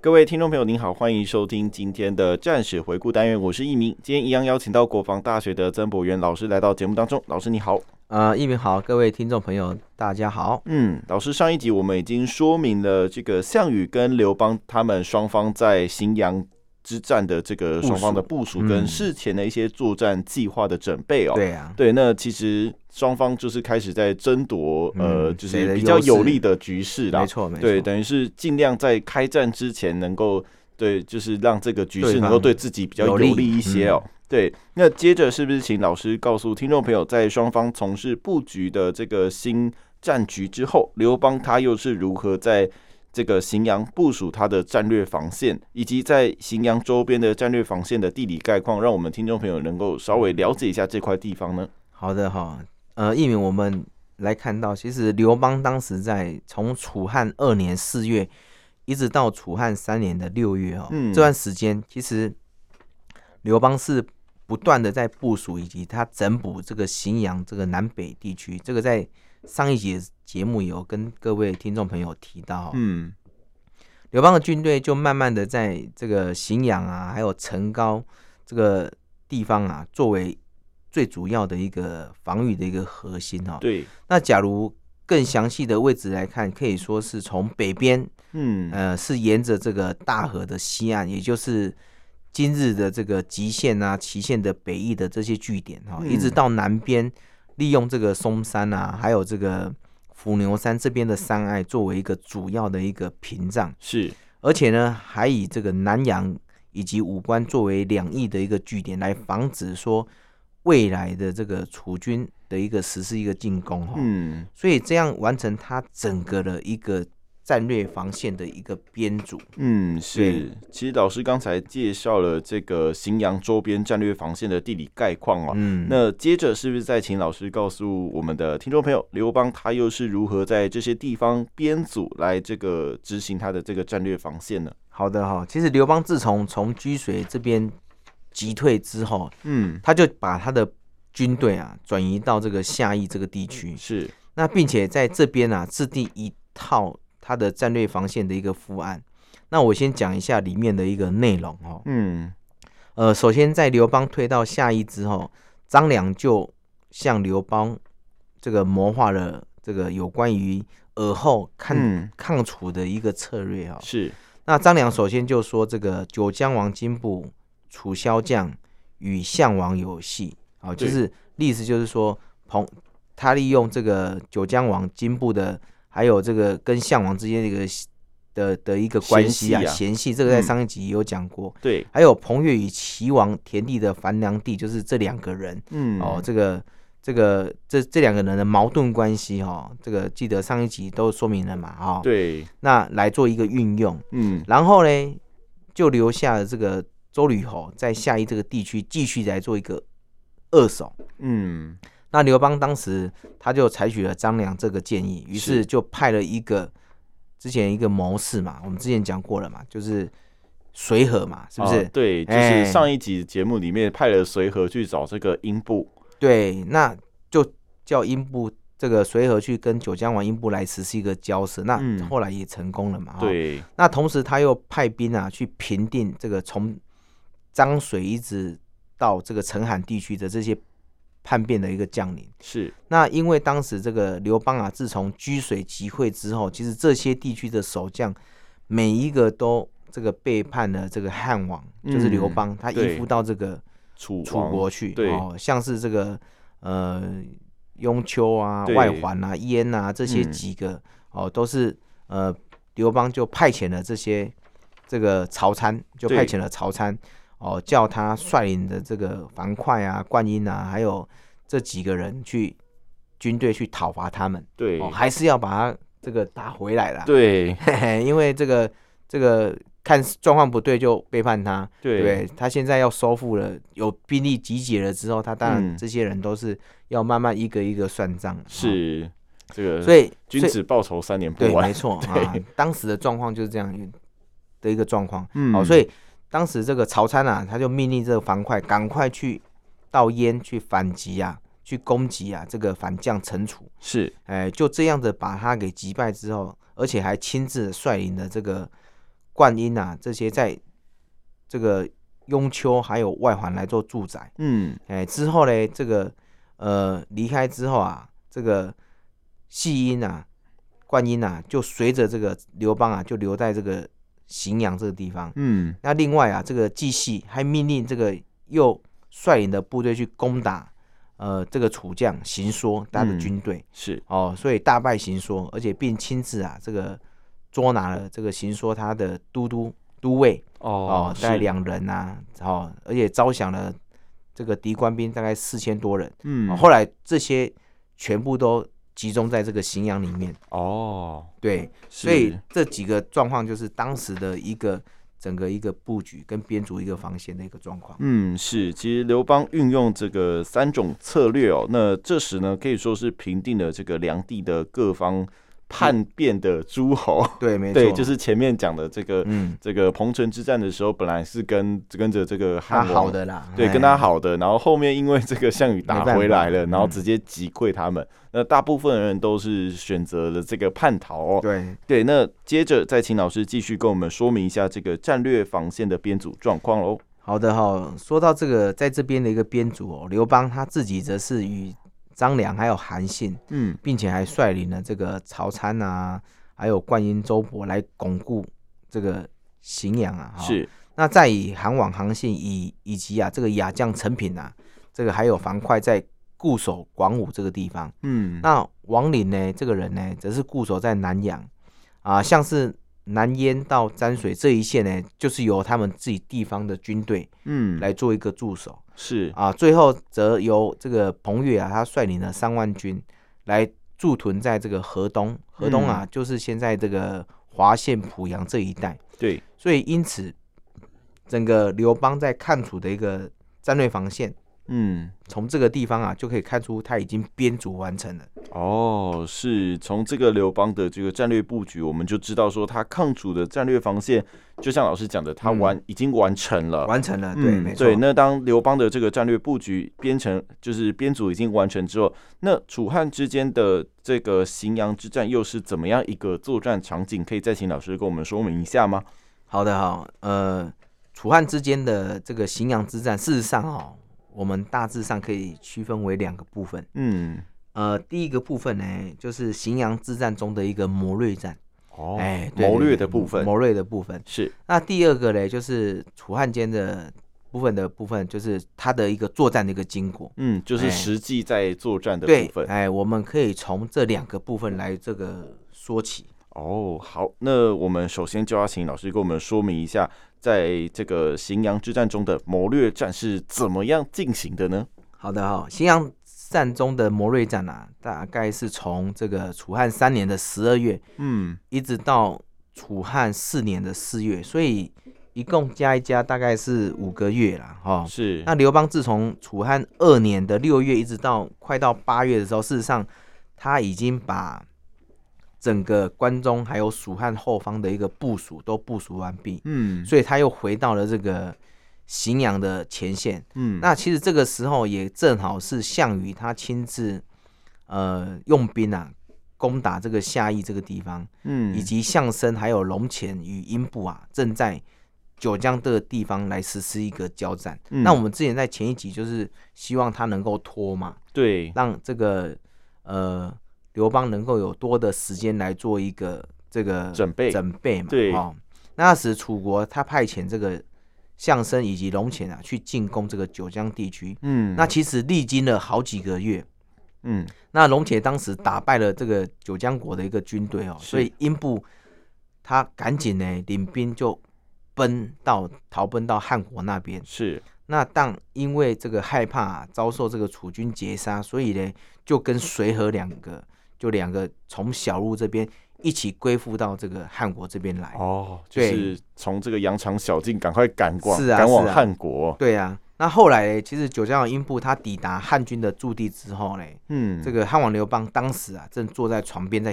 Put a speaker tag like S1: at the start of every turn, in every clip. S1: 各位听众朋友，您好，欢迎收听今天的战史回顾单元，我是一鸣。今天一样邀请到国防大学的曾博元老师来到节目当中，老师你好。
S2: 呃，一鸣好，各位听众朋友，大家好。
S1: 嗯，老师，上一集我们已经说明了这个项羽跟刘邦他们双方在荥阳之战的这个双方的部署跟
S2: 嗯
S1: 事前的一些作战计划的准备哦。
S2: 对啊，
S1: 对，那其实双方就是开始在争夺，呃，
S2: 嗯
S1: 就
S2: 谁
S1: 是
S2: 的
S1: 比较
S2: 优势
S1: 有利的局势啦
S2: 没。错没错。
S1: 对，等于是尽量在开战之前能够对，就是让这个局势
S2: 对
S1: 能够对自己比较有
S2: 有利
S1: 利一些哦。对，那接着是不是请老师告诉听众朋友，在双方从事布局的这个新战局之后，刘邦他又是如何在这个荥阳部署他的战略防线，以及在荥阳周边的战略防线的地理概况，让我们听众朋友能够稍微了解一下这块地方呢？
S2: 好的哈、呃，一鸣，我们来看到，其实刘邦当时在从楚汉二年四月一直到楚汉三年的六月哦，
S1: 嗯
S2: 这段时间其实刘邦是不断的在部署以及他整补这个荥阳这个南北地区，这个在上一节节目有跟各位听众朋友提到、哦，
S1: 嗯，
S2: 刘邦的军队就慢慢的在这个荥阳啊，还有成皋这个地方啊，作为最主要的一个防御的一个核心哦。
S1: 对，
S2: 那假如更详细的位置来看，可以说是从北边，
S1: 嗯，
S2: 呃，是沿着这个大河的西岸，也就是今日的这个极限啊、祁县的北翼的这些据点哈、哦，
S1: 嗯
S2: 一直到南边，利用这个嵩山啊，还有这个伏牛山这边的山隘作为一个主要的一个屏障。
S1: 是，
S2: 而且呢，还以这个南洋以及武关作为两翼的一个据点，来防止说未来的这个楚军的一个实施一个进攻哈、
S1: 嗯，
S2: 所以这样完成他整个的一个战略防线的一个编组。
S1: 嗯，
S2: 对
S1: 是。其实老师刚才介绍了这个荥阳周边战略防线的地理概况啊。
S2: 嗯，
S1: 那接着是不是再请老师告诉我们的听众朋友，刘邦他又是如何在这些地方编组来这个执行他的这个战略防线呢？
S2: 好的哈、其实刘邦自从从居水这边击退之后，
S1: 嗯，
S2: 他就把他的军队啊转移到这个下邑这个地区。
S1: 嗯是，
S2: 那并且在这边啊制定一套它的战略防线的一个方案。那我先讲一下里面的一个内容哦。
S1: 嗯，
S2: 呃，首先在刘邦退到下邑之后，张良就向刘邦这个谋划了这个有关于尔后抗、
S1: 嗯
S2: 抗楚的一个策略哦。
S1: 是，
S2: 那张良首先就说这个九江王金部楚骁将与项王有隙啊，就
S1: 对
S2: 是意思就是说彭他利用这个九江王金部的，还有这个跟项王之间的一个的的一个关系啊
S1: 嫌隙啊
S2: 嫌隙，这个在
S1: 嗯
S2: 上一集也有讲过。
S1: 对，
S2: 还有彭越与齐王田地的樊梁地，就是这两个人
S1: 嗯，
S2: 哦，，这个这个这这两个人的矛盾关系哈、哦，这个记得上一集都说明了嘛哈、哦。
S1: 对，
S2: 那来做一个运用。
S1: 嗯，
S2: 然后呢，就留下了这个周吕侯在下邑这个地区继续来做一个二手。
S1: 嗯，
S2: 那刘邦当时他就采取了张良这个建议，于
S1: 是
S2: 是就派了一个之前一个谋士嘛，我们之前讲过了嘛，就是随和嘛，是不是？
S1: 啊对，就是
S2: 哎
S1: 上一集节目里面派了随和去找这个英布，
S2: 对，那就叫英布这个随和去跟九江王英布来实施一个交涉，那
S1: 嗯
S2: 后来也成功了嘛。哦哈
S1: 对，
S2: 那同时他又派兵啊去平定这个从漳水一直到这个成韩地区的这些叛变的一个将领。
S1: 是，
S2: 那因为当时这个刘邦啊，自从居水集会之后，其实这些地区的守将每一个都这个背叛了这个汉王，就是刘
S1: 嗯
S2: 邦，他
S1: 对
S2: 依附到这个
S1: 楚
S2: 楚
S1: 王
S2: 国去，
S1: 对
S2: 哦，像是这个呃雍丘啊、
S1: 对
S2: 外环啊、燕啊这些
S1: 嗯
S2: 几个、哦，都是呃刘邦就派遣了这些这个曹参，就
S1: 对
S2: 派遣了曹参哦，叫他率领的这个樊哙啊、灌婴啊，还有这几个人去军队去讨伐他们，
S1: 对，
S2: 哦，还是要把他这个打回来啦，
S1: 对，
S2: 嘿嘿， 因为这个这个看状况不对就背叛他，对不
S1: 对，
S2: 对？他现在要收复了，有兵力集结了之后，他
S1: 嗯
S2: 当然这些人都是要慢慢一个一个算账。哦，
S1: 是这个，
S2: 所以
S1: 君
S2: 所以
S1: 子报仇三年不
S2: 对，
S1: 晚
S2: 没。错啊，当时的状况就是这样的一个状况。
S1: 嗯
S2: 哦，所以当时这个曹参啊，他就命令这个樊哙赶快去到燕去反击啊，去攻击啊这个反将陈楚。
S1: 是
S2: 哎，就这样子把他给击败之后，而且还亲自率领了这个灌婴啊这些在这个雍丘还有外环来做住宅。
S1: 嗯，
S2: 哎，之后呢，这个呃离开之后啊，这个细音啊、灌音啊，就随着这个刘邦啊，就留在这个荥阳这个地方。
S1: 嗯，
S2: 那另外啊，这个季系还命令这个又率领的部队去攻打呃这个楚将邢说他的
S1: 嗯
S2: 军队、
S1: 是，
S2: 哦，所以大败邢说，而且并亲自啊这个捉拿了这个邢说他的都督都尉哦，大概
S1: 是，
S2: 两人呐、哦，而且招降了这个敌官兵大概四千多人、
S1: 嗯
S2: 哦，后来这些全部都集中在这个荥阳里面，
S1: 哦，
S2: 对，
S1: 是
S2: 所以这几个状况就是当时的一个整个一个布局跟编组一个防线的一个状况。
S1: 嗯，是，其实刘邦运用这个三种策略哦，那这时呢可以说是平定了这个梁地的各方叛变的诸侯。
S2: 对，嗯没 错，
S1: 对，就是前面讲的这个、
S2: 嗯，
S1: 这个彭城之战的时候，本来是跟跟着这个
S2: 他
S1: 汉王
S2: 好的啦，
S1: 对，
S2: 哎
S1: 跟他好的，然后后面因为这个项羽打
S2: 没办
S1: 回来
S2: 法
S1: 了，然后
S2: 嗯
S1: 直接击溃他们。那大部分人都是选择了这个叛逃哦。
S2: 对，
S1: 对，那接着再请老师继续跟我们说明一下这个战略防线的编组状况喽。
S2: 好的哈、说到这个，在这边的一个编组哦，刘邦他自己则是与张良还有韩信，
S1: 嗯，
S2: 并且还率领了这个曹参啊，还有灌婴、周勃来巩固这个荥阳啊。哈
S1: 是，
S2: 那再以韩王韩信以以及啊这个雅将陈平啊，这个还有樊哙在固守广武这个地方。
S1: 嗯，
S2: 那王陵呢，这个人呢，则是固守在南阳啊，像是南燕到沾水这一线呢，就是由他们自己地方的军队
S1: 嗯，
S2: 来做一个驻守
S1: 是，
S2: 啊。最后则由这个彭越啊，他率领了三万军来驻屯在这个河东，河东啊，
S1: 嗯
S2: 就是现在这个华县濮阳这一带。
S1: 对，
S2: 所以因此，整个刘邦在看楚的一个战略防线，
S1: 嗯，
S2: 从这个地方啊就可以看出他已经编组完成了。
S1: 哦，是从这个刘邦的这个战略布局，我们就知道说他抗楚的战略防线，就像老师讲的，他
S2: 嗯
S1: 完、已经完成了。
S2: 完成了，对，
S1: 嗯
S2: 没错，
S1: 对，那当刘邦的这个战略布局编成，就是编组已经完成之后，那楚汉之间的这个荥阳之战又是怎么样一个作战场景？可以再请老师跟我们说明一下吗？
S2: 好的哈、呃，楚汉之间的这个荥阳之战，事实上哦，我们大致上可以区分为两个部分。
S1: 嗯，
S2: 呃，第一个部分呢，就是荥阳之战中的一个谋略战，
S1: 哦
S2: 哎、对
S1: 谋
S2: 对
S1: 略
S2: 对
S1: 的部分
S2: 谋略的部分。
S1: 是，
S2: 那第二个呢，就是楚汉间的部分的部分，就是它的一个作战的一个经过。
S1: 嗯，就是
S2: 哎
S1: 实际在作战的
S2: 对
S1: 部，分。
S2: 哎，我们可以从这两个部分来这个说起。
S1: 哦，好，那我们首先就要请老师给我们说明一下，在这个荥阳之战中的谋略战是怎么样进行的呢？
S2: 好的哈、荥阳战中的谋略战啊，大概是从这个楚汉三年的十二月
S1: 嗯，
S2: 一直到楚汉四年的四月，所以一共加一加大概是五个月啦，哈、
S1: 是，
S2: 哦那刘邦自从楚汉二年的六月一直到快到八月的时候，事实上他已经把整个关中还有蜀汉后方的一个部署都部署完毕，
S1: 嗯，
S2: 所以他又回到了这个荥阳的前线。
S1: 嗯，
S2: 那其实这个时候也正好是项羽他亲自呃用兵啊攻打这个夏邑这个地方，
S1: 嗯，
S2: 以及象升还有龙潜与英布啊正在九江这个地方来实施一个交战。
S1: 嗯
S2: 那我们之前在前一集就是希望他能够拖嘛，
S1: 对，
S2: 让这个呃刘邦能够有多的时间来做一个这个
S1: 准备
S2: 准备嘛。
S1: 对
S2: 哦，那时楚国他派遣这个象升以及龙潜啊去进攻这个九江地区。
S1: 嗯，
S2: 那其实历经了好几个月，
S1: 嗯，
S2: 那龙且当时打败了这个九江国的一个军队哦，
S1: 是
S2: 所以英布他赶紧呢领兵就奔到逃奔到汉国那边。
S1: 是，
S2: 那但因为这个害怕、啊、遭受这个楚军截杀，所以呢就跟随和两个就两个从小路这边一起归附到这个汉国这边来。
S1: 哦，就
S2: 哎对
S1: 是从这个羊肠小径赶快赶往，
S2: 是啊
S1: 赶往
S2: 是啊
S1: 汉国。
S2: 对啊，那后来呢其实九江的英布他抵达汉军的驻地之后呢，
S1: 嗯，
S2: 这个汉王刘邦当时啊正坐在床边在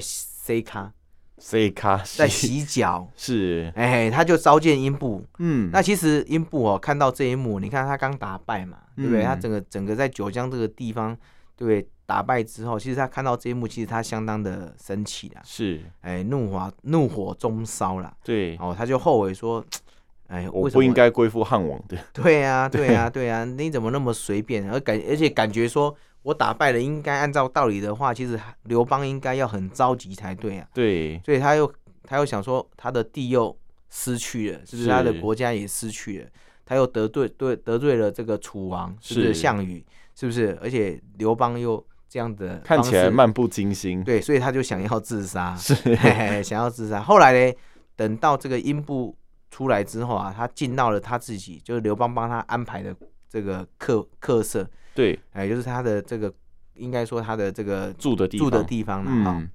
S2: C 咖。
S1: C 卡西，
S2: 在洗脚
S1: 是，
S2: 哎，他就召见英布。
S1: 嗯，
S2: 那其实英布哦，看到这一幕，你看他刚打败嘛，对不对？
S1: 嗯
S2: 他整个整个在九江这个地方，对不对？打败之后，其实他看到这一幕，其实他相当的生气啦，
S1: 是
S2: 哎，怒火怒火中烧啦，
S1: 对，
S2: 哦，他就后悔说，哎，
S1: 我
S2: 为什
S1: 不
S2: 么
S1: 应？该归附汉王的，
S2: 对 啊，对啊，对啊，你怎么那么随便？而感而且感觉说我打败了，应该按照道理的话，其实刘邦应该要很着急才对啊，
S1: 对，
S2: 所以他又他又想说他的地又失去了，是不
S1: 是
S2: 是他的国家也失去了？他又得罪对得罪了这个楚王，是不
S1: 是
S2: 是项羽？是不是？而且刘邦又这样的
S1: 看起来
S2: 方式
S1: 漫不经心，
S2: 对，所以他就想要自杀，
S1: 是
S2: 嘿嘿想要自杀。后来呢，等到这个英布出来之后啊，他进到了他自己，就是刘邦帮他安排的这个客客舍，
S1: 对，
S2: 哎，就是他的这个应该说他的这个
S1: 住的地
S2: 住的
S1: 方
S2: 地方啊了哈、
S1: 嗯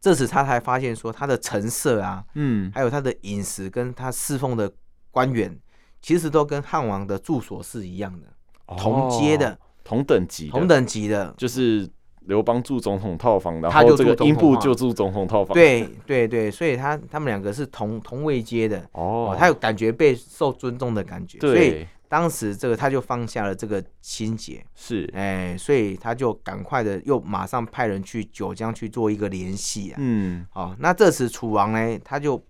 S2: 这时他才发现说，他的陈设啊，
S1: 嗯，
S2: 还有他的饮食跟他侍奉的官员，其实都跟汉王的住所是一样的，同阶的
S1: 哦、同等级的
S2: 同等级的。
S1: 就是刘邦住总统套房，然
S2: 他就
S1: 后
S2: 住
S1: 这个
S2: 总
S1: 英
S2: 统
S1: 布
S2: 套
S1: 就住总统套房，，
S2: 对对对，所以他他们两个是同同位阶的，
S1: 哦
S2: 哦，，他有感觉被受尊重的感觉，所以
S1: 对，
S2: 当时这个他就放下了这个心结，
S1: 是，
S2: 哎、所以他就赶快的又马上派人去九江去做一个联系啊。
S1: 嗯，
S2: 好、那这时楚王呢，他就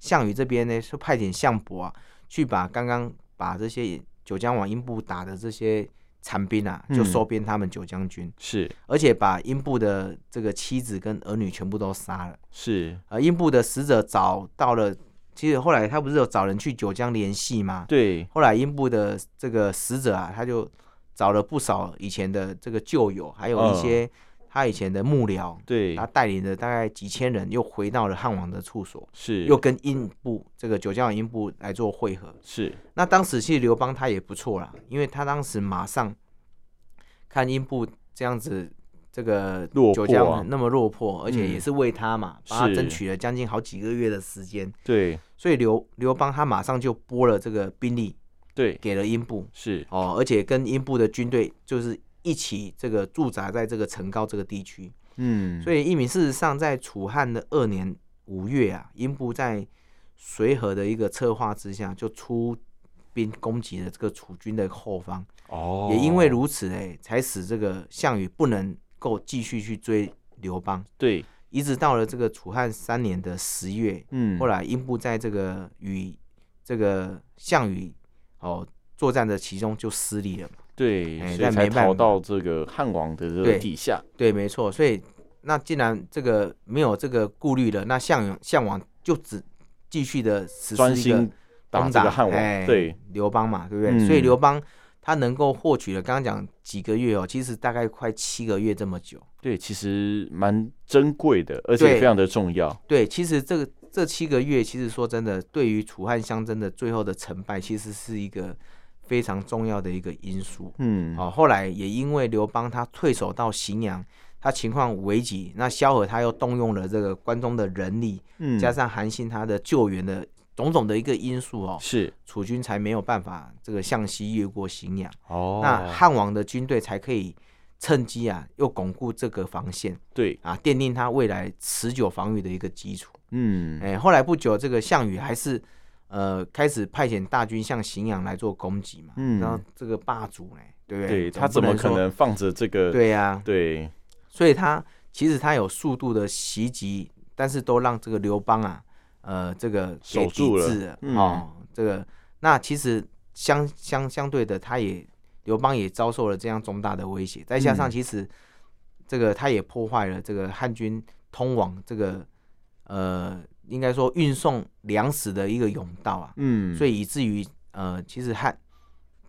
S2: 项羽这边呢是派遣项伯啊，去把刚刚把这些九江往英布打的这些残兵啊，就
S1: 嗯
S2: 收编他们九江军，
S1: 是
S2: 而且把英布的这个妻子跟儿女全部都杀了。
S1: 是，
S2: 呃，英布的使者找到了，其实后来他不是有找人去九江联系吗？
S1: 对，
S2: 后来英布的这个使者啊，他就找了不少以前的这个旧友，还有一
S1: 嗯
S2: 些他以前的幕僚，
S1: 对
S2: 他，带领的大概几千人又回到了汉王的处所，
S1: 是，
S2: 又跟英布这个九江王英布来做会合。
S1: 是，
S2: 那当时其实刘邦他也不错啦，因为他当时马上看英布这样子。这个
S1: 落
S2: 九
S1: 魄
S2: 江
S1: 啊
S2: 那么落魄，而且
S1: 嗯
S2: 也是为他嘛，帮他
S1: 是
S2: 争取了将近好几个月的时间，
S1: 对，
S2: 所以刘刘邦他马上就拨了这个兵力
S1: 对，
S2: 给了英布，
S1: 是，
S2: 哦，而且跟英布的军队就是一起这个驻扎在这个城高这个地区，
S1: 嗯，
S2: 所
S1: 以
S2: 以一鸣事实上在楚汉的二年五月啊，英布在随和的一个策划之下，就出兵攻击了这个楚军的后方，
S1: 哦，
S2: 也因为如此哎，才使这个项羽不能够继续去追刘邦，
S1: 对，
S2: 一直到了这个楚汉三年的十月，
S1: 嗯，
S2: 后来英布在这个与这个项羽哦作战的其中就失利了嘛。
S1: 对，
S2: 哎
S1: 所以
S2: 但
S1: 才
S2: 没办
S1: 逃
S2: 法
S1: 到这个汉王的这个
S2: 对
S1: 底下，
S2: 对，没错。所以那既然这个没有这个顾虑了，那项羽项王就只继续的实
S1: 专
S2: 施一个
S1: 心打
S2: 攻
S1: 这
S2: 打
S1: 个汉王，
S2: 哎
S1: 对，
S2: 刘邦嘛，对不对？
S1: 嗯
S2: 所以刘邦他能够获取了，刚刚讲几个月哦，其实大概快七个月这么久。
S1: 对，其实蛮珍贵的，而且
S2: 对
S1: 非常的重要，
S2: 对，其实这个这七个月，其实说真的，对于楚汉相争的最后的成败，其实是一个非常重要的一个因素。
S1: 嗯，
S2: 哦，后来也因为刘邦他退守到荥阳，他情况危急，那萧何他又动用了这个关中的人力，
S1: 嗯，
S2: 加上韩信他的救援的种种的一个因素哦，
S1: 是，
S2: 楚军才没有办法这个向西越过荥阳，
S1: 哦，
S2: 那汉王的军队才可以趁机啊又巩固这个防线
S1: 对，
S2: 啊，奠定他未来持久防御的一个基础。
S1: 嗯，
S2: 哎，后来不久，这个项羽还是呃开始派遣大军向荥阳来做攻击嘛，
S1: 嗯
S2: 然后这个霸主呢，对不
S1: 对
S2: 对？
S1: 他
S2: 总
S1: 怎
S2: 不
S1: 么可
S2: 说
S1: 能放着这个？
S2: 对呀、
S1: 对
S2: 所以他其实他有速度的袭击，但是都让这个刘邦啊，呃，这个给
S1: 守住
S2: 抵
S1: 了
S2: 制了、
S1: 嗯
S2: 哦。这个那其实相相相对的，他也刘邦也遭受了这样重大的威胁，再加上
S1: 嗯
S2: 其实这个他也破坏了这个汉军通往这个呃，应该说运送粮食的一个甬道啊，
S1: 嗯，
S2: 所
S1: 以
S2: 以以至于呃，其实汉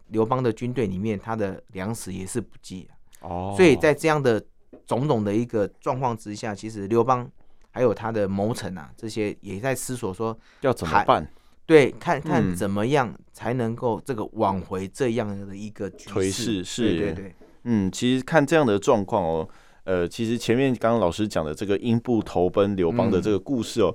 S2: 刘邦的军队里面，他的粮食也是不济、啊。
S1: 哦，
S2: 所以在这样的种种的一个状况之下，其实刘邦还有他的谋臣啊，这些也在思索说，
S1: 要怎么
S2: 还
S1: 办？
S2: 对，看看
S1: 嗯
S2: 怎么样才能够这个挽回这样的一个局
S1: 颓势
S2: 势，
S1: 是
S2: 对对对，
S1: 嗯，其实看这样的状况哦，呃，其实前面刚刚老师讲的这个英布投奔刘邦的
S2: 嗯
S1: 这个故事哦，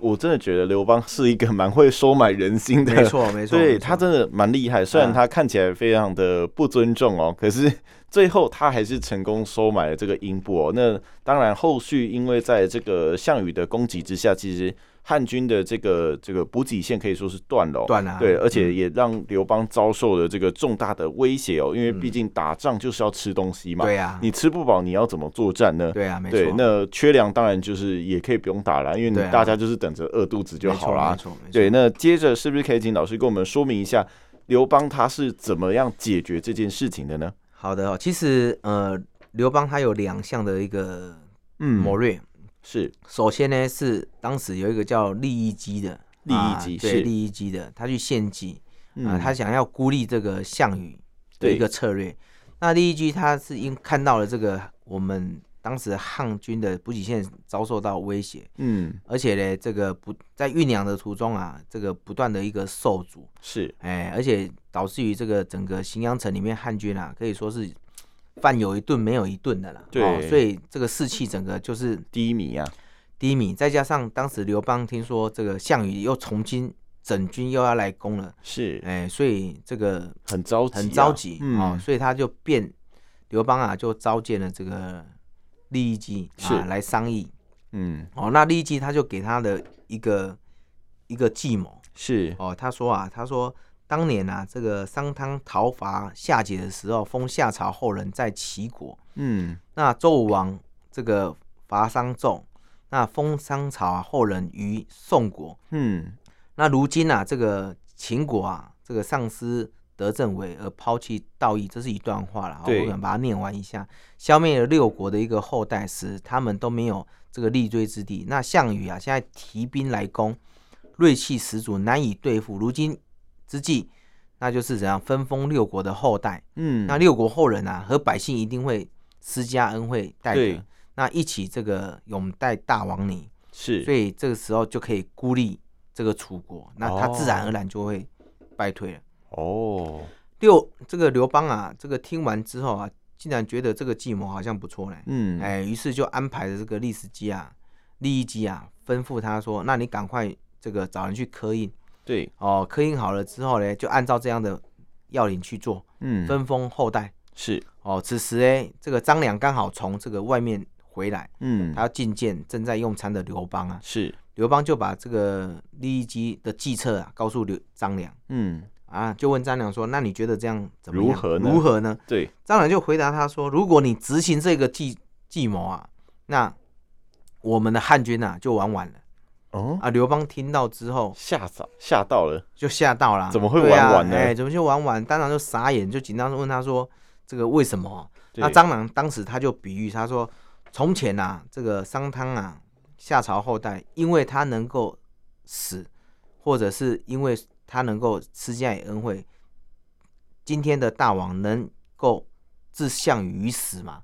S1: 我真的觉得刘邦是一个蛮会收买人心的
S2: 没错没 错，
S1: 对
S2: 没错
S1: 他真的蛮厉害，虽然
S2: 啊
S1: 他看起来非常的不尊重哦，可是 最后他还是成功收买了这个英布哦。那当然，后续因为在这个项羽的攻击之下，其实汉军的这个这个补给线可以说是断了、哦，
S2: 断了啊
S1: 对，而且
S2: 嗯
S1: 也让刘邦遭受了这个重大的威胁哦，因为毕竟打仗就是要吃东西嘛，
S2: 嗯对啊，
S1: 你吃不饱，你要怎么作战呢？
S2: 对啊，没
S1: 对
S2: 错，，
S1: 那缺粮当然就是也可以不用打了，因为你
S2: 对啊
S1: 大家就是等着饿肚子就
S2: 没错
S1: 好啦
S2: 没。错，没错
S1: 对，那接着是不是可以请老师跟我们说明一下刘邦他是怎么样解决这件事情的呢？
S2: 好的哦，其实呃，刘邦他有两项的一个
S1: 嗯
S2: 谋略。
S1: 是
S2: 首先呢，是当时有一个叫利益基的，
S1: 利益
S2: 啊
S1: 基是
S2: 对利益基的，他去献计啊，
S1: 嗯，
S2: 他想要孤立这个项羽的
S1: 对
S2: 一个策略。那利益基他是因看到了这个我们当时汉军的补给线遭受到威胁，
S1: 嗯
S2: 而且呢，这个不在酝酿的途中啊，这个不断的一个受阻，
S1: 是
S2: 哎，而且导致于这个整个荥阳城里面汉军啊，可以说是饭有一顿没有一顿的啦。
S1: 对
S2: 哦，所以这个士气整个就是
S1: 低迷啊，
S2: 低迷，再加上当时刘邦听说这个项羽又重新整军又要来攻了，
S1: 是
S2: 哎，所以这个
S1: 很着急啊、
S2: 很着急
S1: 嗯，
S2: 哦，所以他就变刘邦啊，就召见了这个利益基
S1: 是
S2: 啊来商议。
S1: 嗯
S2: 哦，那利益基他就给他的一个一个计谋，
S1: 是
S2: 哦，他说啊，他说当年啊，这个商汤讨伐夏桀的时候，封夏朝后人在齐国。
S1: 嗯
S2: 那周武王这个伐商纣，那封商朝啊后人于宋国。
S1: 嗯
S2: 那如今啊，这个秦国啊，这个丧失德政为而抛弃道义，这是一段话了，哦我
S1: 对
S2: 可能把它念完一下。消灭了六国的一个后代时，他们都没有这个立锥之地。那项羽啊，现在提兵来攻，锐气十足，难以对付。如今之计，那就是怎样分封六国的后代。
S1: 嗯
S2: 那六国后人啊，和百姓一定会施加恩惠待
S1: 对
S2: 德，那一起这个拥戴大王你，
S1: 是
S2: 所以这个时候就可以孤立这个楚国，那他自然而然就会败退了。
S1: 哦
S2: 六这个刘邦啊，这个听完之后啊，竟然觉得这个计谋好像不错嘞，
S1: 嗯
S2: 哎，于是就安排了这个历史机啊、利益机啊，吩咐他说：“那你赶快这个找人去刻印
S1: 对
S2: 哦，刻印好了之后呢，就按照这样的要领去做，
S1: 嗯
S2: 分封后代。
S1: 是
S2: 哦，此时哎，这个张良刚好从这个外面回来，
S1: 嗯
S2: 他要觐见正在用餐的刘邦啊。
S1: 是
S2: 刘邦就把这个利益基的计策啊告诉刘张良
S1: 嗯
S2: 啊，就问张良说：“那你觉得这样怎么
S1: 如
S2: 样
S1: 何呢
S2: 如何呢
S1: 对？”
S2: 张良就回答他说：“如果你执行这个计计谋啊，那我们的汉军啊就玩完了
S1: 哦
S2: 啊。”刘邦听到之后
S1: 吓到吓到了
S2: 就吓到了，
S1: 怎么会
S2: 对啊
S1: 玩完呢
S2: 哎，怎么就玩完？当然就傻眼，就紧张地问他说：“这个为什么啊、
S1: 对
S2: 那张良当时他就比喻他说，从前啊，这个商汤啊，夏朝后代，因为他能够死，或者是因为他能够施加以恩惠，今天的大王能够置项羽于死吗？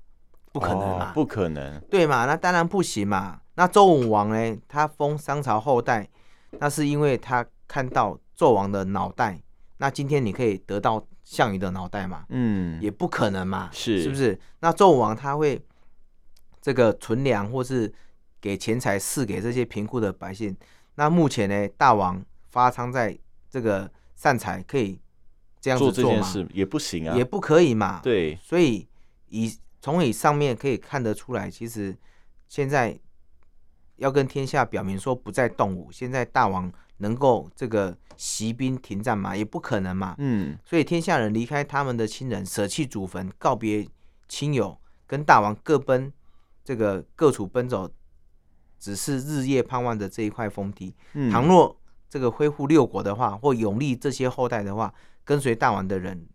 S2: 不可能啊
S1: 哦
S2: 嘛，
S1: 不可能
S2: 对嘛？那当然不行嘛。那周武王呢，他封商朝后代，那是因为他看到纣王的脑袋，那今天你可以得到项羽的脑袋嘛？
S1: 嗯
S2: 也不可能嘛，
S1: 是
S2: 是不是？那纣王他会这个存粮，或是给钱财赐给这些贫苦的百姓。那目前呢，大王发仓在这个善财，可以这样子
S1: 做这
S2: 做
S1: 件
S2: 嘛？
S1: 事也不行啊
S2: 也不可以嘛。，
S1: 对
S2: 所以以从以上面可以看得出来，其实现在要跟天下表明说不再动武，现在大王能够这个息兵停战嘛？也不可能嘛。
S1: 嗯
S2: 所以天下人离开他们的亲人，舍弃祖坟，告别亲友，跟大王各奔这个各处奔走，只是日夜盼望着这一块封地。
S1: 嗯
S2: 倘若这个恢复六国的话，或永历这些后代的话，跟随大王的人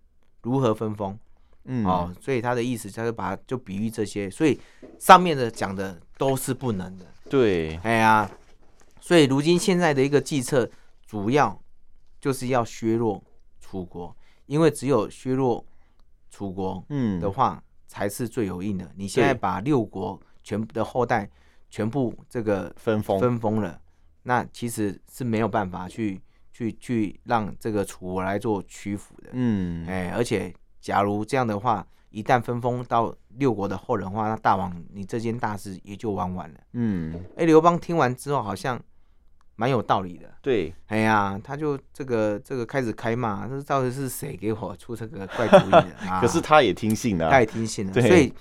S2: 如何分封？
S1: 嗯
S2: 哦，所以他的意思，他就把它就比喻这些，所以上面的讲的都是不能的。
S1: 对
S2: 哎呀，所以如今现在的一个计策，主要就是要削弱楚国，因为只有削弱楚国
S1: 嗯
S2: 的话，才是最有用的。你现在
S1: 对
S2: 把六国全部的后代全部这个
S1: 分封
S2: 分封了，那其实是没有办法去去去让这个楚国来做屈服的。
S1: 嗯
S2: 哎，而且假如这样的话，一旦分封到六国的后人的话，那大王你这件大事也就玩完了。
S1: 嗯
S2: 哎，刘邦听完之后好像蛮有道理的。
S1: 对
S2: 哎呀，他就这个这个开始开骂，这到底是谁给我出这个怪主意 的啊？
S1: 可是他也听信了啊
S2: 他也听信了，
S1: 对
S2: 所以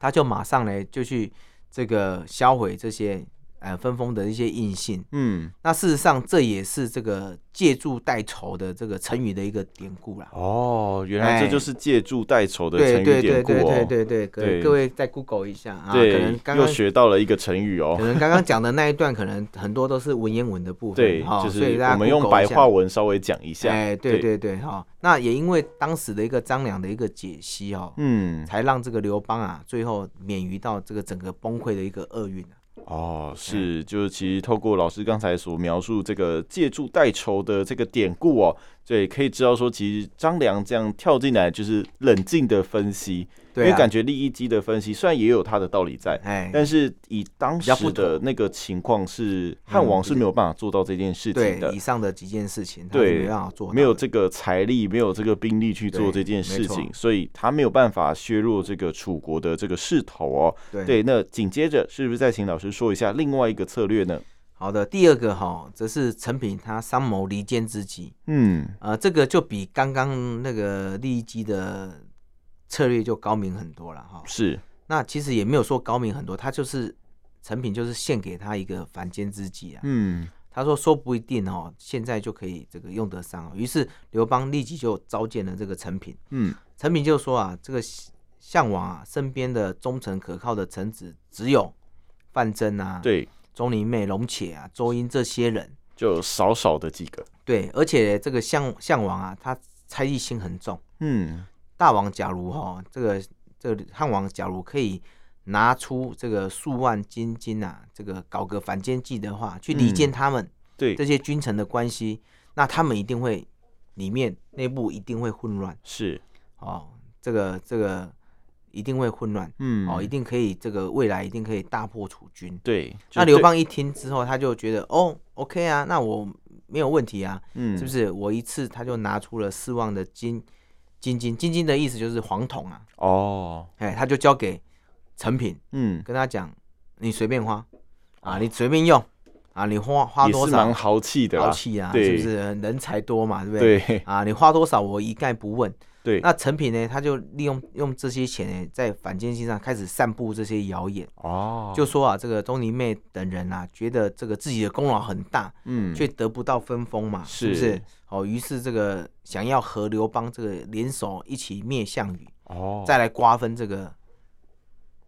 S2: 他就马上呢就去这个销毁这些呃分封的一些印信。
S1: 嗯，
S2: 那事实上，这也是这个借助代酬的这个成语的一个典故啦。
S1: 哦，原来这
S2: 哎
S1: 就是借助带酬的成
S2: 对
S1: 语
S2: 对
S1: 典
S2: 对
S1: 故
S2: 对对
S1: 哦。
S2: 对对，各
S1: 对
S2: 各位再 Google 一下啊，可能
S1: 对，
S2: 刚
S1: 又
S2: 刚
S1: 学到了一个成语
S2: 可
S1: 哦。
S2: 能刚刚讲的那一段，可能很多都是文言文的部
S1: 对，
S2: 分，哈，
S1: 就
S2: 哦所
S1: 是
S2: 以大家
S1: 我们用
S2: Google
S1: 白
S2: 一下
S1: 话文稍微讲一下。
S2: 哎，对对对，哈、那也因为当时的一个张良的一个解析哦，
S1: 嗯，
S2: 才让这个刘邦啊，最后免于到这个整个崩溃的一个厄运啊、
S1: 哦，是，就是其实透过老师刚才所描述这个借助代酬的这个典故哦，对，可以知道说，其实张良这样跳进来就是冷静的分析，
S2: 对
S1: 因
S2: 啊，
S1: 为感觉利益基的分析虽然也有他的道理在，
S2: 哎，
S1: 但是以当
S2: 比较不嗯
S1: 时的那个情况是，汉王是没有办法做到这件事情
S2: 对
S1: 的
S2: 以，上的几件事情，他
S1: 对
S2: 是没办法做到的，
S1: 没有这个财力，没有这个兵力去做这
S2: 对
S1: 件事
S2: 没错
S1: 情，所以他没有办法削弱这个楚国的这个势头哦。
S2: 对
S1: 对，那紧接着是不是再请老师说一下另外一个策略呢？
S2: 好的，第二个哈、则是陈平他商谋离间之计，
S1: 嗯，
S2: 呃，这个就比刚刚那个利益基的策略就高明很多了哈、
S1: 是，
S2: 那其实也没有说高明很多，他就是陈平就是献给他一个反间之计啊，
S1: 嗯，
S2: 他说说不一定哦，现在就可以这个用得上哦。于是刘邦立即就召见了这个陈平，
S1: 嗯，
S2: 陈平就说啊，这个项王啊，身边的忠诚可靠的臣子只有范增啊、
S1: 对，
S2: 钟离昧、龙且啊、周英这些人。
S1: 就少少的几个，
S2: 对，而且这个项项王啊，他猜疑心很重。
S1: 嗯，
S2: 大王假如哈、哦，这个这个汉王假如可以拿出这个数万金金啊，这个搞个反间计的话，去离间他
S1: 嗯
S2: 们，
S1: 对，
S2: 这些君臣的关系，那他们一定会里面内部一定会混乱
S1: 是，
S2: 哦，这个这个一定会混乱
S1: 嗯，
S2: 哦，一定可以这个未来一定可以大破楚军。
S1: 对，就
S2: 那刘
S1: 对，
S2: 邦一听之后，他就觉得哦，OK 啊，那我没有问题啊，
S1: 嗯，
S2: 是不是？我一次他就拿出了四万的金金金金金的意思就是黄铜啊，
S1: 哦，
S2: 哎，他就交给陈品，
S1: 嗯，
S2: 跟他讲，你随便花啊，你随便用啊，你花花
S1: 也
S2: 多
S1: 是
S2: 少
S1: 蛮豪气的
S2: 豪
S1: 啦，
S2: 气啊，
S1: 对
S2: 是不是？人才多嘛，对不对？
S1: 对，
S2: 啊，你花多少我一概不问。
S1: 对
S2: 那陈品呢，他就利用用这些钱呢，在反间信上开始散布这些谣言，
S1: 哦，
S2: 就说啊，这个钟离昧等人啊，觉得这个自己的功劳很大，
S1: 嗯，
S2: 却得不到分封嘛，是不
S1: 是
S2: 是？哦，于是这个想要和刘邦这个联手一起灭项羽，
S1: 哦，
S2: 再来瓜分这个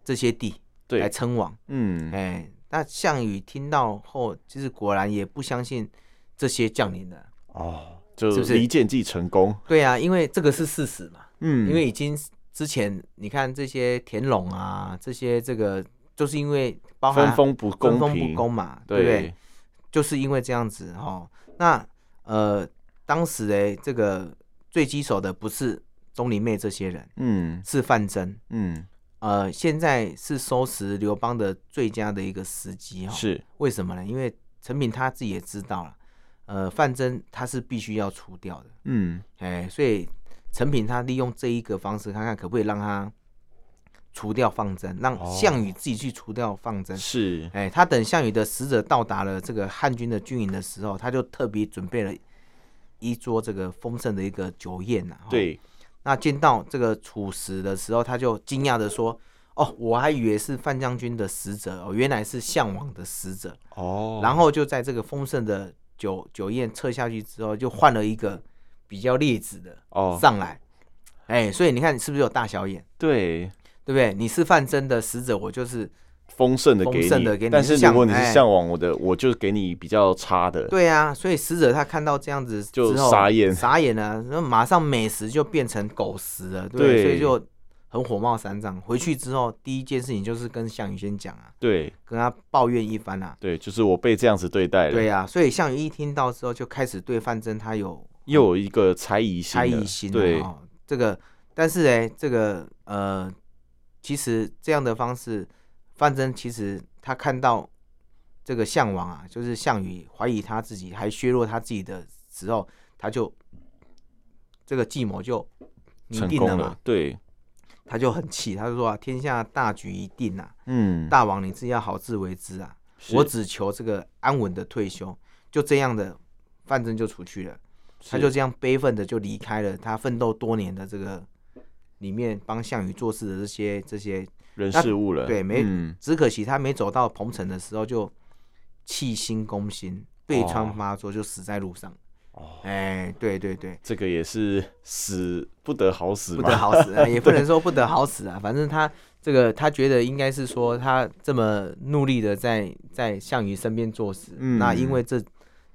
S2: 这些地来
S1: 对，
S2: 称王。
S1: 嗯，
S2: 哎，那项羽听到后，其实果然也不相信这些将领的。
S1: 哦，就是
S2: 不是
S1: 离间计成功，
S2: 对啊，因为这个是事实嘛，
S1: 嗯，
S2: 因为已经之前你看这些田龙啊，这些这个就是因为包含
S1: 分封不
S2: 分
S1: 公
S2: 封
S1: 平，
S2: 不公嘛，对不对
S1: 对？，
S2: 就是因为这样子哈。那呃，当时哎，这个最棘手的不是钟离昧这些人，
S1: 嗯
S2: 是范增。
S1: 嗯，
S2: 呃，现在是收拾刘邦的最佳的一个时机哈。
S1: 是，
S2: 为什么呢？因为陈平他自己也知道了，呃，范增他是必须要除掉的，
S1: 嗯
S2: 哎，所以陈平他利用这一个方式，看看可不可以让他除掉范增，让
S1: 哦
S2: 项羽自己去除掉范增。
S1: 是，
S2: 哎，他等项羽的使者到达了这个汉军的军营的时候，他就特别准备了一桌这个丰盛的一个酒宴呐、啊。，
S1: 对，
S2: 那见到这个楚使的时候，他就惊讶的说：“哦，我还以为是范将军的使者哦，原来是项王的使者。”
S1: 哦，
S2: 然后就在这个丰盛的酒酒宴撤下去之后，就换了一个比较劣质的
S1: 哦，
S2: 上来。哎，所以你看你是不是有大小眼，
S1: 对，
S2: 对不对？你是范增的使者，我就是
S1: 丰盛的
S2: 丰
S1: 给
S2: 盛的给
S1: 你，
S2: 你
S1: 但
S2: 是
S1: 是如
S2: 像
S1: 果你是
S2: 哎
S1: 向往我的，我就给你比较差的，
S2: 对啊。所以使者他看到这样子之
S1: 就
S2: 后
S1: 傻眼
S2: 傻眼了，那马上美食就变成狗食了，对不
S1: 对
S2: 对？所以就很火冒三丈。回去之后，第一件事情就是跟项羽先讲啊，
S1: 对
S2: 跟他抱怨一番啊。
S1: 对，就是我被这样子对待了，
S2: 对啊，所以项羽一听到之后，就开始对范增他有哦
S1: 又有一个猜疑心
S2: 猜
S1: 了，
S2: 疑心、啊、
S1: 对，
S2: 哦，这个，但是哎，这个呃，其实这样的方式，范增其实他看到这个项王啊，就是项羽怀疑他自己，还削弱他自己的时候，他就这个计谋就拟
S1: 成
S2: 定
S1: 功
S2: 嘛
S1: 了，，对，
S2: 他就很气，他就说啊，天下大局已定啊，
S1: 嗯，
S2: 大王你自己要好自为之啊，
S1: 是
S2: 我只求这个安稳的退休，就这样的，范增就出去了。他
S1: 是
S2: 就这样悲愤的就离开了他奋斗多年的这个里面帮项羽做事的这些这些，
S1: 人
S2: 那
S1: 事物了，
S2: 对没
S1: 嗯
S2: 只可惜他没走到彭城的时候就弃心攻心，对
S1: 哦
S2: 川发作就死在路上。
S1: 哦，
S2: 哎，对对对，
S1: 这个也是死不得好死
S2: 不
S1: 嘛，
S2: 得好死，哎也不能说不得好死啊。反正他这个，他觉得应该是说他这么努力的在在项羽身边做事，
S1: 嗯
S2: 那因为这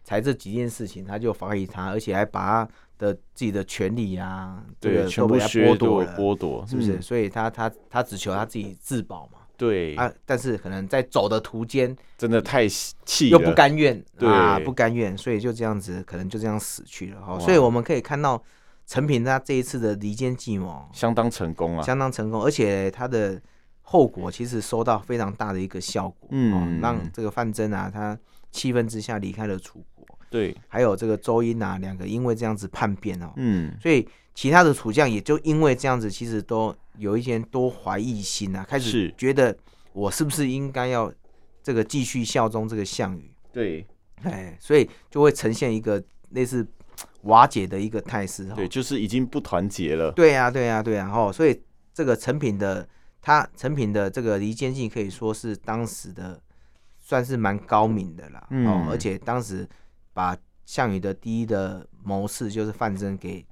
S2: 才这几件事情，他就怀疑他，而且还把他的自己的权利啊，这
S1: 对，
S2: 个
S1: 全
S2: 都
S1: 部
S2: 被他
S1: 削夺
S2: 剥夺了，
S1: 剥夺，
S2: 是不是？
S1: 嗯？
S2: 所以他他他只求他自己自保嘛。
S1: 对，
S2: 啊，但是可能在走的途间
S1: 真的太气
S2: 又不
S1: 了，
S2: 甘愿，
S1: 对
S2: 啊，不甘愿，所以就这样子，可能就这样死去了哈。
S1: 哇
S2: 所以我们可以看到陈平他这一次的离间计谋，
S1: 相当成功啊，
S2: 相当成功，而且他的后果其实收到非常大的一个效果，
S1: 嗯
S2: 哦让这个范增啊，他气愤之下离开了楚国，
S1: 对，
S2: 还有这个周英啊，两个因为这样子叛变哦，
S1: 嗯，
S2: 所以其他的楚将也就因为这样子，其实都有一些多怀疑心啊，开始
S1: 是
S2: 觉得我是不是应该要这个继续效忠这个项羽，
S1: 对
S2: 哎，所以就会呈现一个类似瓦解的一个态势哈、哦
S1: 对，。就是已经不团结了，
S2: 对呀、对呀、对呀、吼，所以这个成品的他成品的这个离间计可以说是当时的算是蛮高明的啦，
S1: 嗯
S2: 哦，而且当时把项羽的第一的谋士就是范增给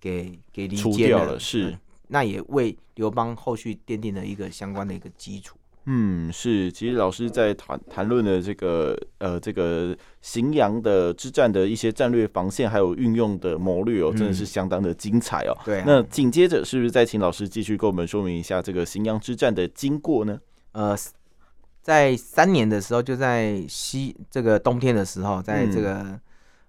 S2: 给给离
S1: 除
S2: 间
S1: 掉了是
S2: 嗯那也为刘邦后续奠定了一个相关的一个基础。
S1: 嗯，是，其实老师在谈谈论的这个呃这个荥阳的之战的一些战略防线，还有运用的谋略哦，真的是
S2: 嗯
S1: 相当的精彩哦。
S2: 对、啊，
S1: 那紧接着是不是再请老师继续跟我们说明一下这个荥阳之战的经过呢？
S2: 呃，在三年的时候，就在西这个冬天的时候，在这
S1: 嗯
S2: 个、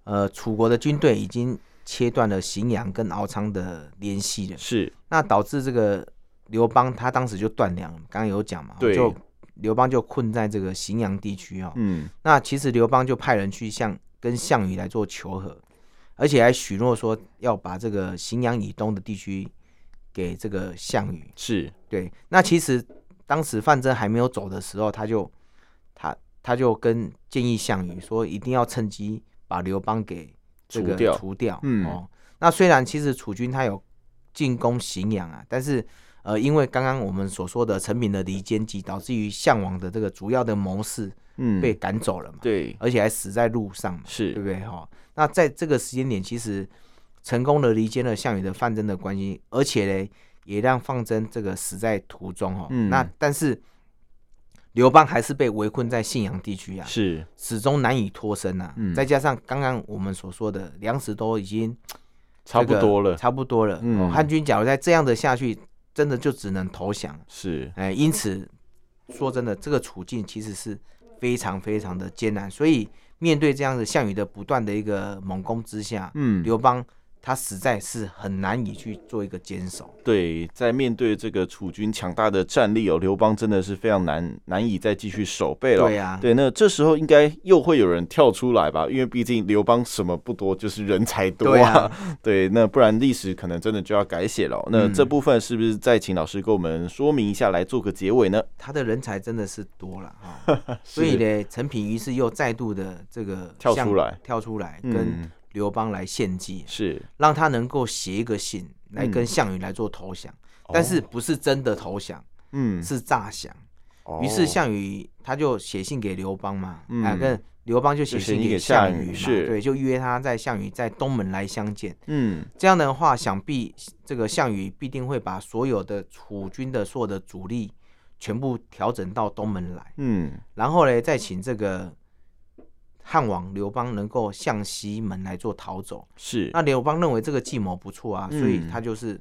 S2: 呃楚国的军队已经切断了荥阳跟敖仓的联系了，
S1: 是，
S2: 那导致这个刘邦他当时就断粮，刚刚有讲嘛，
S1: 对
S2: 就刘邦就困在这个荥阳地区哦。
S1: 嗯，
S2: 那其实刘邦就派人去向跟项羽来做求和，而且还许诺说要把这个荥阳以东的地区给这个项羽。
S1: 是，
S2: 对，那其实当时范增还没有走的时候，他就他他就跟建议项羽说，一定要趁机把刘邦给这
S1: 除
S2: 个
S1: 掉
S2: 除掉。
S1: 嗯
S2: 哦，那虽然其实楚军他有进攻荥阳啊，但是呃，因为刚刚我们所说的陈平的离间计，导致于项王的这个主要的谋士
S1: 嗯，
S2: 被赶走了嘛，
S1: 对，
S2: 而且还死在路上嘛，
S1: 是
S2: 对不对？哈、那在这个时间点，其实成功的离间了项羽的范增的关系，而且呢，也让范增这个死在途中哦。
S1: 嗯
S2: 那但是刘邦还是被围困在信阳地区啊，
S1: 是，
S2: 始终难以脱身啊。
S1: 嗯
S2: 再加上刚刚我们所说的粮食都已经
S1: 差不
S2: 这个
S1: 多了，
S2: 差不多了，
S1: 嗯
S2: 哦汉军假如再这样的下去，真的就只能投降。
S1: 是，
S2: 哎，因此说真的，这个处境其实是非常非常的艰难。所以面对这样的项羽的不断的一个猛攻之下，
S1: 嗯，
S2: 刘邦他实在是很难以去做一个坚守。
S1: 对，在面对这个楚军强大的战力哦，刘邦真的是非常难难以再继续守备了哦。
S2: 对啊呀、
S1: 对，那这时候应该又会有人跳出来吧？因为毕竟刘邦什么不多，就是人才多
S2: 对
S1: 啊。
S2: 啊，
S1: 对，那不然历史可能真的就要改写了哦。那
S2: 嗯
S1: 这部分是不是再请老师给我们说明一下，来做个结尾呢？
S2: 他的人才真的是多了哈、 啊所
S1: 是
S2: 以呢，陈平于是又再度的这个
S1: 跳
S2: 向
S1: 出来，
S2: 跳出来跟
S1: 嗯，
S2: 刘邦来献计，
S1: 是，
S2: 让他能够写一个信来跟
S1: 嗯
S2: 项羽来做投降，但是
S1: 哦
S2: 不是真的投降，
S1: 嗯，
S2: 是诈降。
S1: 哦
S2: 于是项羽他就写信给刘邦嘛，
S1: 嗯
S2: 啊，跟刘邦就写信给项
S1: 就写信给项羽
S2: 羽嘛，
S1: 是
S2: 对，就约他在项羽在东门来相见。
S1: 嗯，
S2: 这样的话，想必这个项羽必定会把所有的楚军的所有的主力全部调整到东门来，
S1: 嗯，
S2: 然后呢，再请这个汉王刘邦能够向西门来做逃走。
S1: 是，
S2: 那刘邦认为这个计谋不错啊，
S1: 嗯
S2: 所以他就是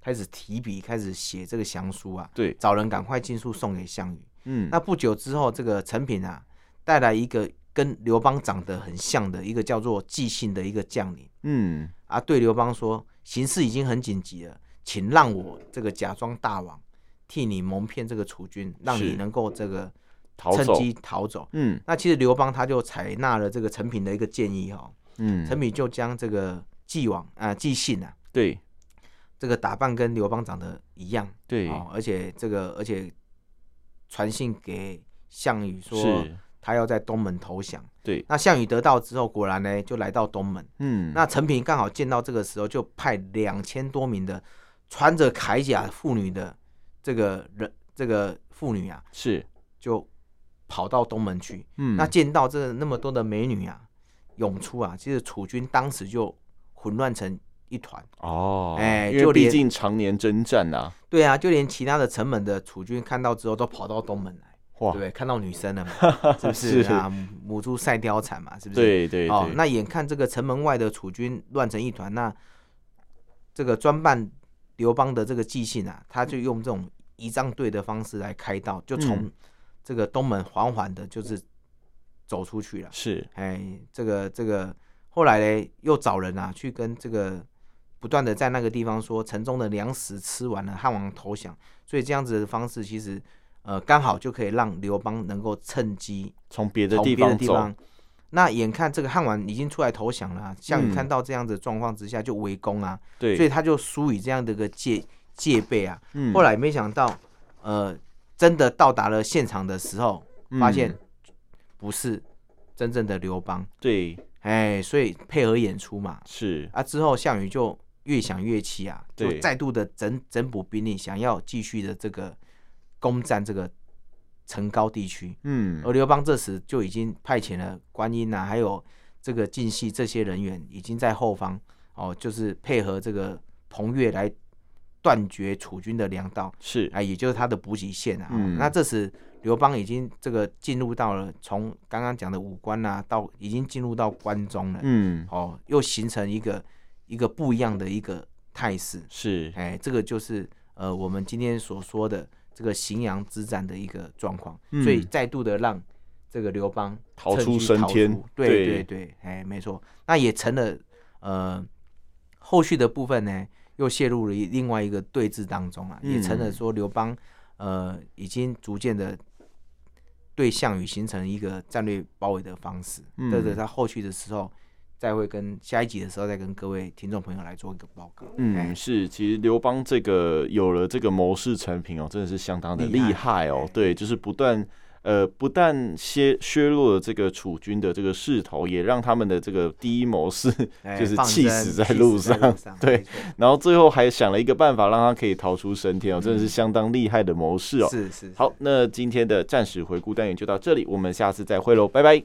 S2: 开始提笔开始写这个降书啊，
S1: 对，
S2: 找人赶快尽速送给项羽。
S1: 嗯，
S2: 那不久之后，这个陈平啊，带来一个跟刘邦长得很像的一个叫做纪信的一个将领
S1: 嗯，
S2: 啊，对刘邦说，形势已经很紧急了，请让我这个假装大王，替你蒙骗这个楚军，让你
S1: 是
S2: 能够这个
S1: 逃
S2: 趁
S1: 走，
S2: 机逃走。
S1: 嗯
S2: 那其实刘邦他就采纳了这个陈平的一个建议哈、
S1: 嗯，
S2: 陈平就将这个纪王啊、纪信啊，
S1: 对
S2: 这个打扮跟刘邦长得一样，
S1: 对
S2: 哦，而且这个而且传信给项羽说
S1: 是，
S2: 他要在东门投降。
S1: 对，
S2: 那项羽得到之后，果然呢就来到东门。
S1: 嗯，
S2: 那陈平刚好见到这个时候，就派两千多名的穿着铠甲妇女的这个人这个妇女啊，
S1: 是
S2: 就跑到东门去，
S1: 嗯，
S2: 那见到这那么多的美女啊涌出啊，其实楚军当时就混乱成一团。
S1: 哦，
S2: 哎
S1: 因为
S2: 就
S1: 毕
S2: 连
S1: 竟常年征战呐、
S2: 对啊，就连其他的城门的楚军看到之后都跑到东门来，
S1: 哇，
S2: 对，看到女生 了嘛，是不是啊？母猪赛貂蝉嘛，是不是？
S1: 对对对，
S2: 哦，那眼看这个城门外的楚军乱成一团，那这个专办刘邦的这个纪信啊，他就用这种仪仗队的方式来开道，就从
S1: 嗯
S2: 这个东门缓缓的，就是走出去了。
S1: 是
S2: 哎，这个这个，后来嘞又找人啊去跟这个不断的在那个地方说，城中的粮食吃完了，汉王投降，所以这样子的方式其实呃刚好就可以让刘邦能够趁机
S1: 从别的
S2: 从
S1: 地
S2: 别的
S1: 方
S2: 地
S1: 走，
S2: 方。那眼看这个汉王已经出来投降了啊、项
S1: 嗯
S2: 羽看到这样子的状况之下就围攻啊，
S1: 对，
S2: 所以他就疏于这样的一个戒戒备啊。
S1: 嗯
S2: 后来没想到，呃，真的到达了现场的时候，发现
S1: 嗯
S2: 不是真正的刘邦，
S1: 对
S2: 哎，所以配合演出嘛，
S1: 是
S2: 啊，之后项羽就越想越气啊，就
S1: 对
S2: 再度的整整补兵力，想要继续的这个攻占这个城高地区。
S1: 嗯
S2: 而刘邦这时就已经派遣了观音啊，还有这个晋系这些人员，已经在后方哦，就是配合这个彭越来断绝楚军的粮道，
S1: 是
S2: 啊，也就是他的补给线啊。
S1: 嗯
S2: 那这时刘邦已经这个进入到了从刚刚讲的武关啊，到已经进入到关中了，
S1: 嗯
S2: 哦，又形成一个一个不一样的一个态势。
S1: 是
S2: 哎，这个就是呃我们今天所说的这个荥阳之战的一个状况，
S1: 嗯
S2: 所以再度的让这个刘邦
S1: 逃
S2: 趁
S1: 出
S2: 机
S1: 升
S2: 逃
S1: 天
S2: 出对
S1: 对
S2: 对对，哎，没错，那也成了呃后续的部分呢，又陷入了一另外一个对峙当中啊，也成了
S1: 嗯
S2: 说刘邦呃已经逐渐的。对项羽形成一个战略包围的方式，
S1: 嗯
S2: 这个在后续的时候再会跟下一集的时候再跟各位听众朋友来做一个报告。哎
S1: 嗯，是，其实刘邦这个有了这个谋士成品哦，真的是相当的厉
S2: 厉害
S1: 害哦
S2: 哎。
S1: 对，就是不断呃，不但削削弱了这个楚军的这个势头，也让他们的这个第一谋士，
S2: 哎
S1: 就是
S2: 放
S1: 气
S2: 生
S1: 死在
S2: 气
S1: 路
S2: 死在
S1: 上对
S2: 没错
S1: 然后最后还想了一个办法让他可以逃出升天哦，真的是
S2: 嗯
S1: 相当厉害的谋士哦。
S2: 是是，是
S1: 好，，那今天的战史回顾单元就到这里，我们下次再会喽，拜拜。